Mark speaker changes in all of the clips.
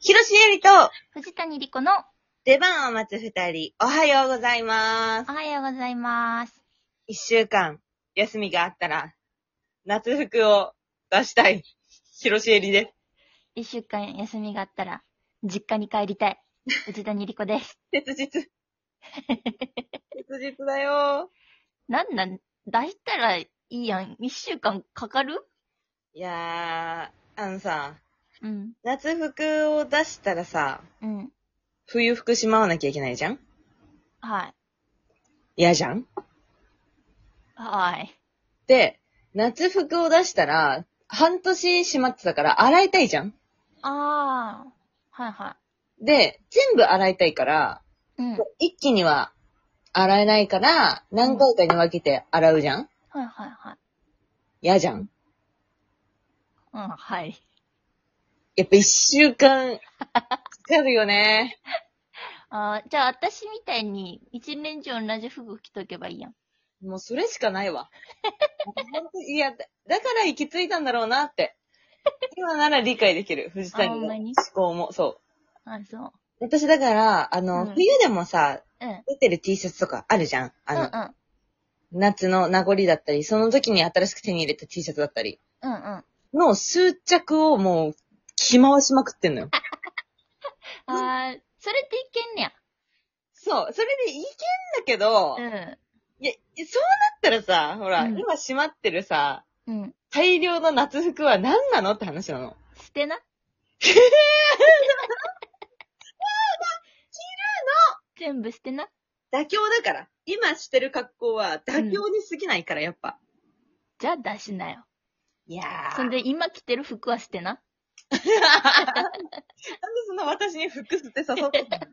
Speaker 1: ひろしえりと、
Speaker 2: 藤谷莉子の
Speaker 1: 出番を待つ二人、おはようございます
Speaker 2: お。はようございます。
Speaker 1: 一週間、休みがあったら、夏服を出したい。ひろしえりで
Speaker 2: 一週間休みがあったら、実家に帰りたい。藤谷莉子です。
Speaker 1: す。切実。切実だよ。
Speaker 2: なんなん、出したらいいやん。一週間かかる
Speaker 1: いやー、あのさ、
Speaker 2: うん。
Speaker 1: 夏服を出したらさ、
Speaker 2: うん。
Speaker 1: 冬服しまわなきゃいけないじゃん
Speaker 2: はい。
Speaker 1: 嫌じゃん
Speaker 2: はい。
Speaker 1: で、夏服を出したら、半年しまってたから洗いたいじゃん
Speaker 2: あー。はいは
Speaker 1: で、全部洗いたいから、
Speaker 2: い。うん。
Speaker 1: 一気には洗えないから、何回かに分けて洗うじゃん
Speaker 2: はいはいはい。
Speaker 1: 嫌じゃん
Speaker 2: うん、はい。
Speaker 1: やっぱ一週間かかるよね。
Speaker 2: あーじゃあ私みたいに、一年中同じ服着とけばいいやん。
Speaker 1: もうそれしかないわ。本当にいや、だだから行き着いたんだろうなって。今なら理解できる。藤
Speaker 2: あほ
Speaker 1: 谷
Speaker 2: ん
Speaker 1: の
Speaker 2: ま
Speaker 1: 思
Speaker 2: に
Speaker 1: 考も。そ
Speaker 2: あ、そう。
Speaker 1: う。私だから、あの、
Speaker 2: うん
Speaker 1: 冬でもさ、
Speaker 2: うん。うん
Speaker 1: 出てる T シャツとかあるじゃんあの、
Speaker 2: うん。
Speaker 1: 夏の名残だったり、その時に新しく手に入れた T シャツだったり。
Speaker 2: うんうん。
Speaker 1: の数着をもう、着回しまくってんのよ。
Speaker 2: あー、それっていけんね
Speaker 1: そう、それでいけんだけど、
Speaker 2: や。
Speaker 1: いや、そうなったらさ、ほら、
Speaker 2: うん
Speaker 1: 今しまってるさ、
Speaker 2: うん。うん。
Speaker 1: 大量の夏服は何なのって話 なの。
Speaker 2: 捨てな。全部捨てな。
Speaker 1: 妥協だから。今してる格好は妥協に過ぎないから、やっぱ。
Speaker 2: じゃあ出しなよ。
Speaker 1: いや
Speaker 2: そんで今着てる服は捨てな。
Speaker 1: なんでそんな私に服捨て 誘ってたの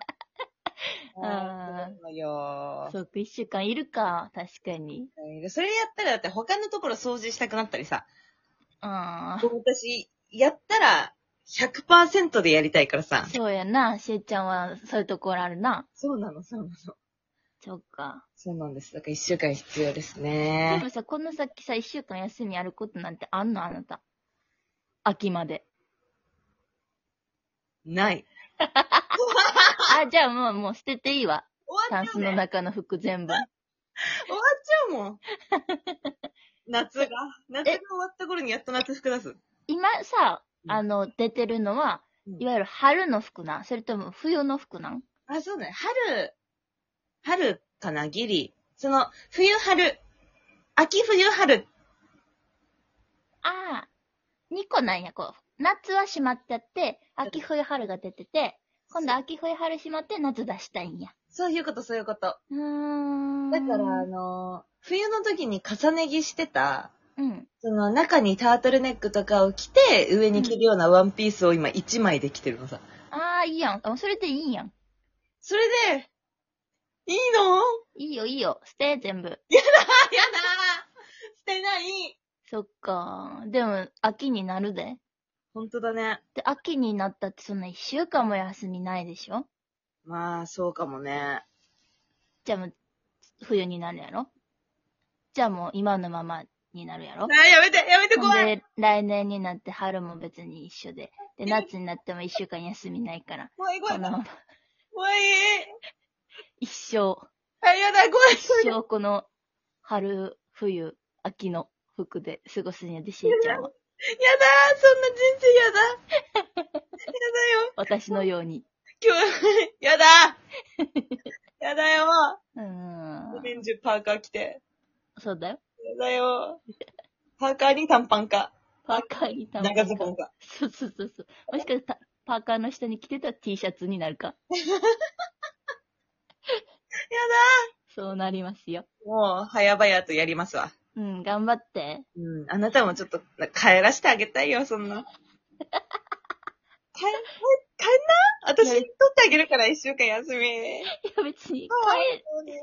Speaker 2: あー
Speaker 1: そうよ
Speaker 2: そうか、一週間いるか。確かに。
Speaker 1: それやったら、だって他のところ掃除したくなったりさ。
Speaker 2: ああ。
Speaker 1: 私、やったら、100%でやりたいからさ。
Speaker 2: そうやな。しえちゃんはそういうところあるな。
Speaker 1: そうなの、そうなの。
Speaker 2: そうか。
Speaker 1: そうなんです。だから一週間必要です
Speaker 2: で
Speaker 1: ね。
Speaker 2: もさ、この先さ、一週間休みあることなんてあんのあなた。秋まで。
Speaker 1: ない。
Speaker 2: あ、じゃあもう、もう捨てていいわ。
Speaker 1: 終
Speaker 2: タ
Speaker 1: わっ
Speaker 2: ン
Speaker 1: ちゃ
Speaker 2: ス
Speaker 1: う、ね、
Speaker 2: の
Speaker 1: 終わっ
Speaker 2: 中の服全
Speaker 1: ち
Speaker 2: 部。
Speaker 1: ゃうもん。夏が、夏が終わった頃にやっと夏服出す。
Speaker 2: 今さ、
Speaker 1: うん
Speaker 2: あの、出てるのは、
Speaker 1: うん
Speaker 2: いわゆる春の服なんそれとも冬の服なん
Speaker 1: あ、そうだね。春、春かな、ギリ。その、冬春、秋冬春。
Speaker 2: ああ、2個なんや、こう。夏は閉まっちゃって、秋冬春が出てて、今度秋冬春閉まって夏出したいんや。
Speaker 1: そういうこと、そういうこと。
Speaker 2: うーん。
Speaker 1: だから、あのー冬の時に重ね着してた、
Speaker 2: うん。
Speaker 1: その中にタートルネックとかを着て、上に着るようなワンピースを今1枚で着てるのさ。
Speaker 2: ああ、いいやん。あそれでいいやん。
Speaker 1: それで、いいのあ、
Speaker 2: いいよ、いいよ。捨て、全部。
Speaker 1: やだー捨てない
Speaker 2: そっか。でも、秋になるで。
Speaker 1: 本当だね。
Speaker 2: で、秋になったってそんな1週間も休みないでしょ
Speaker 1: まあ、そうかもね。
Speaker 2: じゃあもう、冬になるやろじゃあもう、今のままになるやろ
Speaker 1: あ、やめてやめて
Speaker 2: ほん
Speaker 1: 怖い
Speaker 2: で、来年になって春も別に一緒で。で、夏になっても一週間休みないから。
Speaker 1: 怖い怖
Speaker 2: こ
Speaker 1: い
Speaker 2: のまま。
Speaker 1: 怖い
Speaker 2: 一生、
Speaker 1: あ、やだ怖い
Speaker 2: 一生この春、冬、秋の服で過ごすんやで、しえちゃんは。
Speaker 1: やだーそんな人生やだ
Speaker 2: 私のように。
Speaker 1: やだよ今日、やだーやだよ
Speaker 2: うー
Speaker 1: オ
Speaker 2: ん。
Speaker 1: レンジパーカー着て。
Speaker 2: そうだよ。
Speaker 1: やだよパーカーに短パンか。
Speaker 2: パーカーにた
Speaker 1: 長ズボンか。
Speaker 2: そうそうそうそう。もしかしたらパーカーの下に着てた T シャツになるか。
Speaker 1: や
Speaker 2: そうなりますよ。
Speaker 1: だーもう、早々とやりますわ。
Speaker 2: うん、頑張って。
Speaker 1: うん、あなたもちょっと帰らせてあげたいよ、そ んな。帰、帰帰んな私、取ってあげるから、一週間休み。
Speaker 2: いや、別に、帰、
Speaker 1: そうね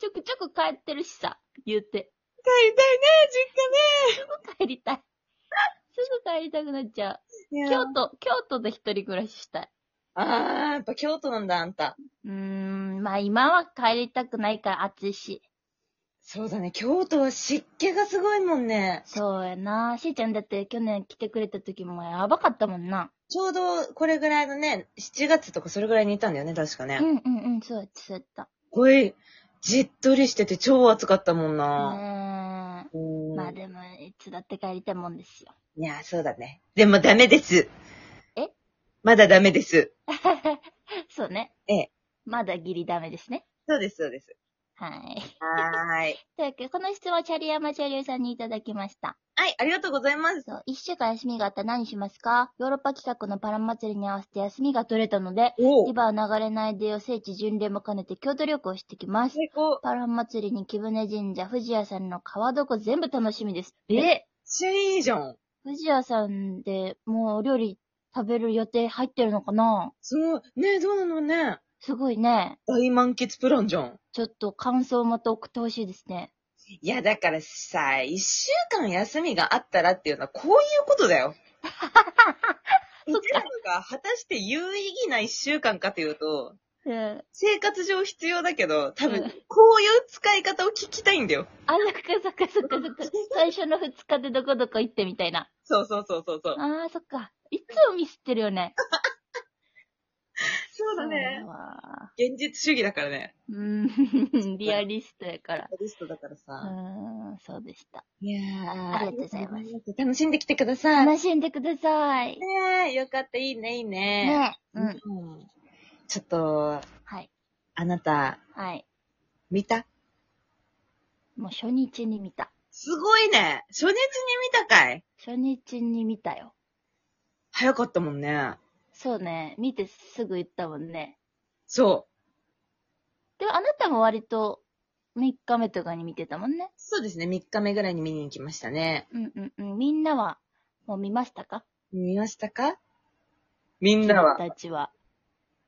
Speaker 2: ちょくちょく帰ってるしさ、言うて。
Speaker 1: 帰りたいね、
Speaker 2: 帰りたい。 すぐ帰りたくなっちゃう。
Speaker 1: 実家ね。
Speaker 2: 京都、京都で一人暮らししたい。
Speaker 1: あー、やっぱ京都なんだ、あんた。
Speaker 2: うーん、まあ今は帰りたくないから暑いし。
Speaker 1: そうだね、京都は湿気がすごいもんね。
Speaker 2: そうやな。しーちゃんだって去年来てくれた時もやばかったもんな。
Speaker 1: ちょうどこれぐらいのね、7月とかそれぐらいにいたんだよね、確かね。
Speaker 2: うんうんうん、そうやって、そうやった。
Speaker 1: これ、じっとりしてて超暑かったもん
Speaker 2: う
Speaker 1: な。
Speaker 2: ーん。
Speaker 1: うん
Speaker 2: まあでも、いつだって帰りたいもんですよ。
Speaker 1: いや、そうだね。でもダメです。
Speaker 2: え
Speaker 1: まだダメです。
Speaker 2: そうね。
Speaker 1: ええ。
Speaker 2: まだギリダメですね。
Speaker 1: そうです、そうです。
Speaker 2: はい。
Speaker 1: はーい。
Speaker 2: というわけで、この質問をチャリヤマチャリオさんにいただきました。
Speaker 1: はい、ありがとうございます。
Speaker 2: そう、一週間休みがあったら何しますかヨーロッパ企画のパラ祭りに合わせて休みが取れたので、
Speaker 1: お
Speaker 2: リバー流れないで予聖地巡礼も兼ねて京都旅行してきます。
Speaker 1: 最高。
Speaker 2: パラ祭りに木舟神社、富士屋さんの川床全部楽しみです。え
Speaker 1: シェいいじゃん。
Speaker 2: 富士屋さんでもうお料理食べる予定入ってるのかな
Speaker 1: そう、ねえ、どうなのね。
Speaker 2: すごいね。
Speaker 1: 大満喫プランじゃん。
Speaker 2: ちょっと感想をまた送ってほしいですね。
Speaker 1: いや、だからさ、一週間休みがあったらっていうのはこういうことだ よ。うちらが果たして有意義な一週間かというと、
Speaker 2: うん。
Speaker 1: 生活上必要だけど、多
Speaker 2: うん
Speaker 1: 分、こういう使い方を聞きたいんだよ。
Speaker 2: あ、そっかそっかそっかそっか。最初の2日でどこどこ行ってみたいな。
Speaker 1: そうそうそうそうそう。
Speaker 2: あー、そっか。いつもミスってるよね。
Speaker 1: そうだね
Speaker 2: そう。わ
Speaker 1: 現実主義だからね。
Speaker 2: うーん、リアリストやから。
Speaker 1: リストだから
Speaker 2: う
Speaker 1: さ。
Speaker 2: ーん、そうでした。
Speaker 1: いやー
Speaker 2: ありがとうございます
Speaker 1: す。楽しんできてください。ね
Speaker 2: 楽しんでください。
Speaker 1: え、よかった、いいね、いいね。
Speaker 2: ねえ。う
Speaker 1: うん
Speaker 2: ん。、
Speaker 1: ちょっと、
Speaker 2: はい。
Speaker 1: あなた、
Speaker 2: はい。
Speaker 1: 見た
Speaker 2: もう初日に見た。
Speaker 1: すごいね。初日に見たかい
Speaker 2: 初日に見たよ。
Speaker 1: 早かったもんね。
Speaker 2: そうね。見てすぐ言ったもんね。
Speaker 1: そう。
Speaker 2: でもあなたも割と3日目とかに見てたもんね。
Speaker 1: そうですね、3日目ぐらいに見に行きましたね。
Speaker 2: うんうんうん。みんなは、もう見ましたか
Speaker 1: 見ましたかみんなは
Speaker 2: 君たちは。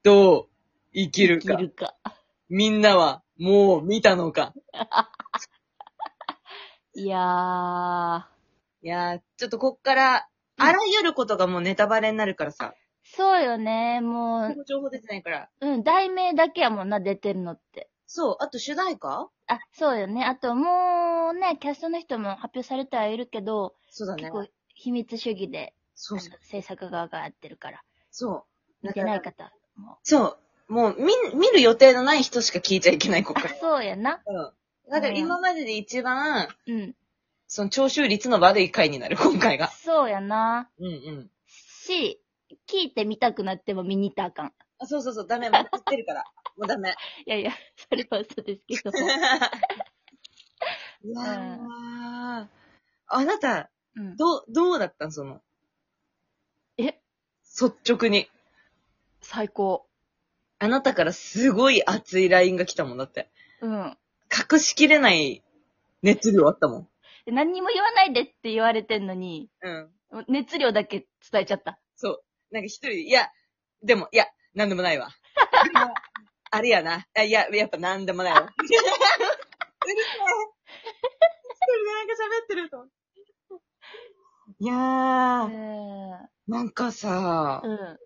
Speaker 1: どう生きる
Speaker 2: 生
Speaker 1: か
Speaker 2: き。るか。
Speaker 1: みんなはもう見たのか。
Speaker 2: いやー。
Speaker 1: いやー、ちょっとこっから、
Speaker 2: うん
Speaker 1: あらゆることがもうネタバレになるからさ。
Speaker 2: そうよね。もう、
Speaker 1: 情報出てないから。
Speaker 2: うん、題名だけやもんな、出てるのって。
Speaker 1: そう、あと主題歌
Speaker 2: あ、そうよね。あと、もうね、キャストの人も発表されてはいるけど、
Speaker 1: そうだね
Speaker 2: 結。構、秘密主義で、
Speaker 1: そうそう
Speaker 2: あ。の制作側がやってるから、
Speaker 1: そう。
Speaker 2: 見
Speaker 1: だ
Speaker 2: て
Speaker 1: か
Speaker 2: ない
Speaker 1: ら、
Speaker 2: 方も。
Speaker 1: そう。もう見、見る予定のない人しか聞いちゃいけない、こっ
Speaker 2: あ
Speaker 1: か、
Speaker 2: そうやな。
Speaker 1: ら。 うん。だから今までで一番、
Speaker 2: うん。
Speaker 1: その聴取率の悪い回になる、今回が。
Speaker 2: そうやな。
Speaker 1: うんうん。
Speaker 2: し、聞いてみたくなっても見に行ったらあかん。
Speaker 1: あ、そうそうそう、ダメ、もう知ってるから。もうダ メ。
Speaker 2: いやいや、それは嘘ですけ ども。
Speaker 1: いやー。あなた、
Speaker 2: うん。
Speaker 1: どう、どうだったんその、
Speaker 2: え、
Speaker 1: 率直に。
Speaker 2: 最高。
Speaker 1: あなたからすごい熱い LINE が来たもんだって。
Speaker 2: うん。
Speaker 1: 隠しきれない熱量あったもん。
Speaker 2: 何にも言わないでって言われてんのに、
Speaker 1: うん。
Speaker 2: 熱量だけ伝えちゃった。
Speaker 1: そう。なんか一人で、いや、でも、いや、なんでもないわ。でもあれやな。あいや、やっぱなんでもないわ。うる さい。一人でなんか喋ってると思って。いや
Speaker 2: う
Speaker 1: ー、
Speaker 2: ん。
Speaker 1: なんかさ、
Speaker 2: うん。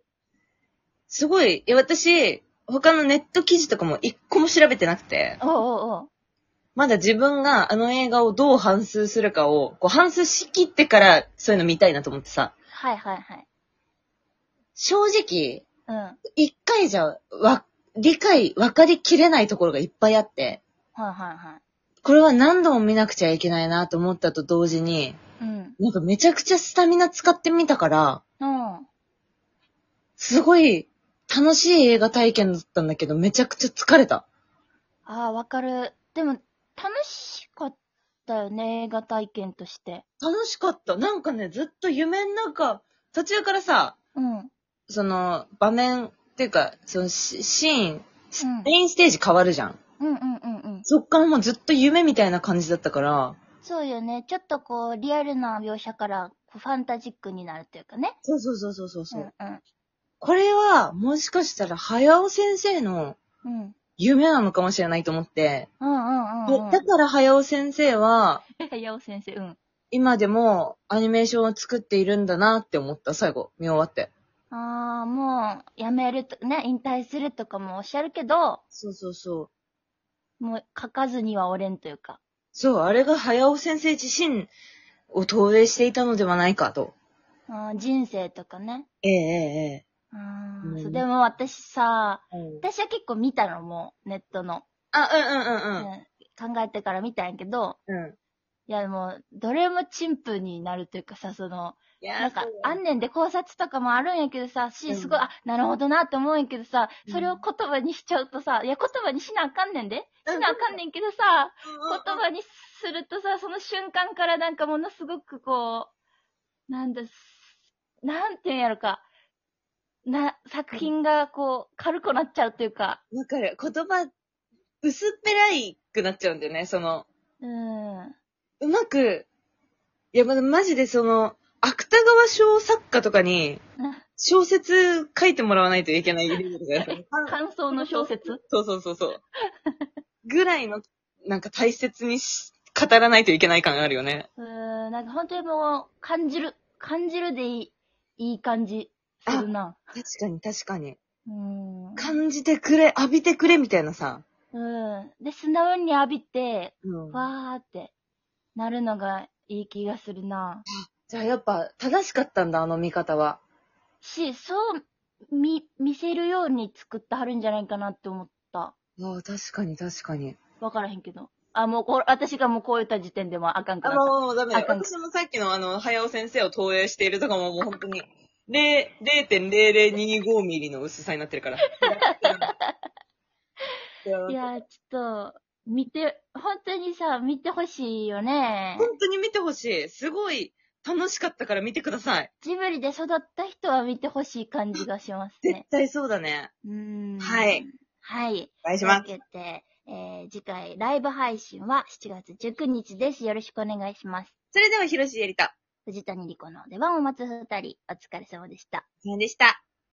Speaker 1: すごい、いや、私、他のネット記事とかも一個も調べてなくて、
Speaker 2: おうおうおう。
Speaker 1: まだ自分があの映画をどう反数するかを、こう反数しきってからそういうの見たいなと思ってさ、
Speaker 2: はいはいはい。
Speaker 1: 正直、
Speaker 2: うん。
Speaker 1: 一回じゃ、わ、理解、わかりきれないところがいっぱいあって、
Speaker 2: はいはいは
Speaker 1: これは何度も見なくちゃいけないなと思ったと同時に、
Speaker 2: い。うん。
Speaker 1: なんかめちゃくちゃスタミナ使ってみたから、
Speaker 2: うん。
Speaker 1: すごい楽しい映画体験だったんだけど、めちゃくちゃ疲れた。
Speaker 2: ああ、わかる。でも、楽しかったよね、映画体験として。
Speaker 1: 楽しかった。なんかね、ずっと夢の中、途中からさ、
Speaker 2: うん。うん。
Speaker 1: その、場面っていうか、そのシシーン、メインステージ変わるじゃん。
Speaker 2: うんうんうんうん。
Speaker 1: そっからもうずっと夢みたいな感じだったから、
Speaker 2: そうよね。ちょっとこう、リアルな描写から、ファンタジックになるというかね。
Speaker 1: そうそうそうそうそうそうう。
Speaker 2: んうん。
Speaker 1: これは、もしかしたら、早尾先生の
Speaker 2: うん。
Speaker 1: 夢なのかもしれないと思って、
Speaker 2: うんうんうん、うん。
Speaker 1: だから早尾先生は、
Speaker 2: やお先生、うん。
Speaker 1: 今でもアニメーションを作っているんだなって思った、最後、見終わって。
Speaker 2: ああ、もう、やめると、ね、引退するとかもおっしゃるけど、
Speaker 1: そうそうそう。
Speaker 2: もう、書かずにはおれんというか。
Speaker 1: そう、あれが早尾先生自身を投影していたのではないかと。
Speaker 2: あー人生とかね。
Speaker 1: ええ
Speaker 2: あ
Speaker 1: うん
Speaker 2: ーそうでも私さ、
Speaker 1: ええうん
Speaker 2: 私は結構見たのもう、ネットの、
Speaker 1: あ、うんうんうん
Speaker 2: うん考えてから見たんやけど、
Speaker 1: うん。うん。
Speaker 2: いやもう、どれもチンプになるというかさ、その、
Speaker 1: いやー
Speaker 2: なんか
Speaker 1: そう、
Speaker 2: あんねんで考察とかもあるんやけどさ、
Speaker 1: うん
Speaker 2: し、すごい、あ、なるほどなって思うんやけどさ、
Speaker 1: うん
Speaker 2: それを言葉にしちゃうとさ、いや、言葉にしなあかんねんで。
Speaker 1: うん
Speaker 2: しなあかんねんけどさ、
Speaker 1: うんうん
Speaker 2: 言葉にするとさ、その瞬間からなんかものすごくこう、なんだ、すなんていうんやろか、な、作品がこう、軽くなっちゃうというか、
Speaker 1: わかる。言葉、薄っぺらいくなっちゃうんだよね、その、
Speaker 2: うん。うん。
Speaker 1: うまく、いや、まだマジでその、芥川賞作家とかに、小説書いてもらわないといけないレベルだ よ
Speaker 2: 感想の小説
Speaker 1: そうそうそうそう。ぐらいの、なんか大切にし、語らないといけない感あるよね。
Speaker 2: うん、なんか本当にもう、感じる、感じるでいい、いい感じするな。
Speaker 1: 確かに確かに。
Speaker 2: うん。
Speaker 1: 感じてくれ、浴びてくれみたいなさ。
Speaker 2: うん。で、素直に浴びて、
Speaker 1: うん
Speaker 2: わーって、なるのがいい気がするな。
Speaker 1: じゃあやっぱ正しかったんだ、あの見方は。
Speaker 2: し、そう、見、見せるように作ってはるんじゃないかなって思った。
Speaker 1: ああ、確かに確かに。
Speaker 2: わからへんけど。あ、もうこれ、私がもうこう言った時点でもうあかんか
Speaker 1: あ、
Speaker 2: ら。あ
Speaker 1: もうダメだよ。
Speaker 2: あかん
Speaker 1: 私もさっきのあの、早尾先生を投影しているとかももう本当に、0 0.0025ミリの薄さになってる から。
Speaker 2: いやー、ちょっと、見て、本当にさ、見てほしいよね。
Speaker 1: 本当に見てほしい。すごい楽しかったから見てください。
Speaker 2: ジブリで育った人は見てほしい感じがします
Speaker 1: 絶
Speaker 2: ね。
Speaker 1: 対そうだね。
Speaker 2: うん。
Speaker 1: はい。
Speaker 2: はい。
Speaker 1: お願いします。
Speaker 2: というわけで、えー次回ライブ配信は7月19日です。よろしくお願いします。
Speaker 1: それでは、広ロシエリタ。
Speaker 2: 藤谷莉子の出番を待つ二人、お疲れ様でした。
Speaker 1: さんでした。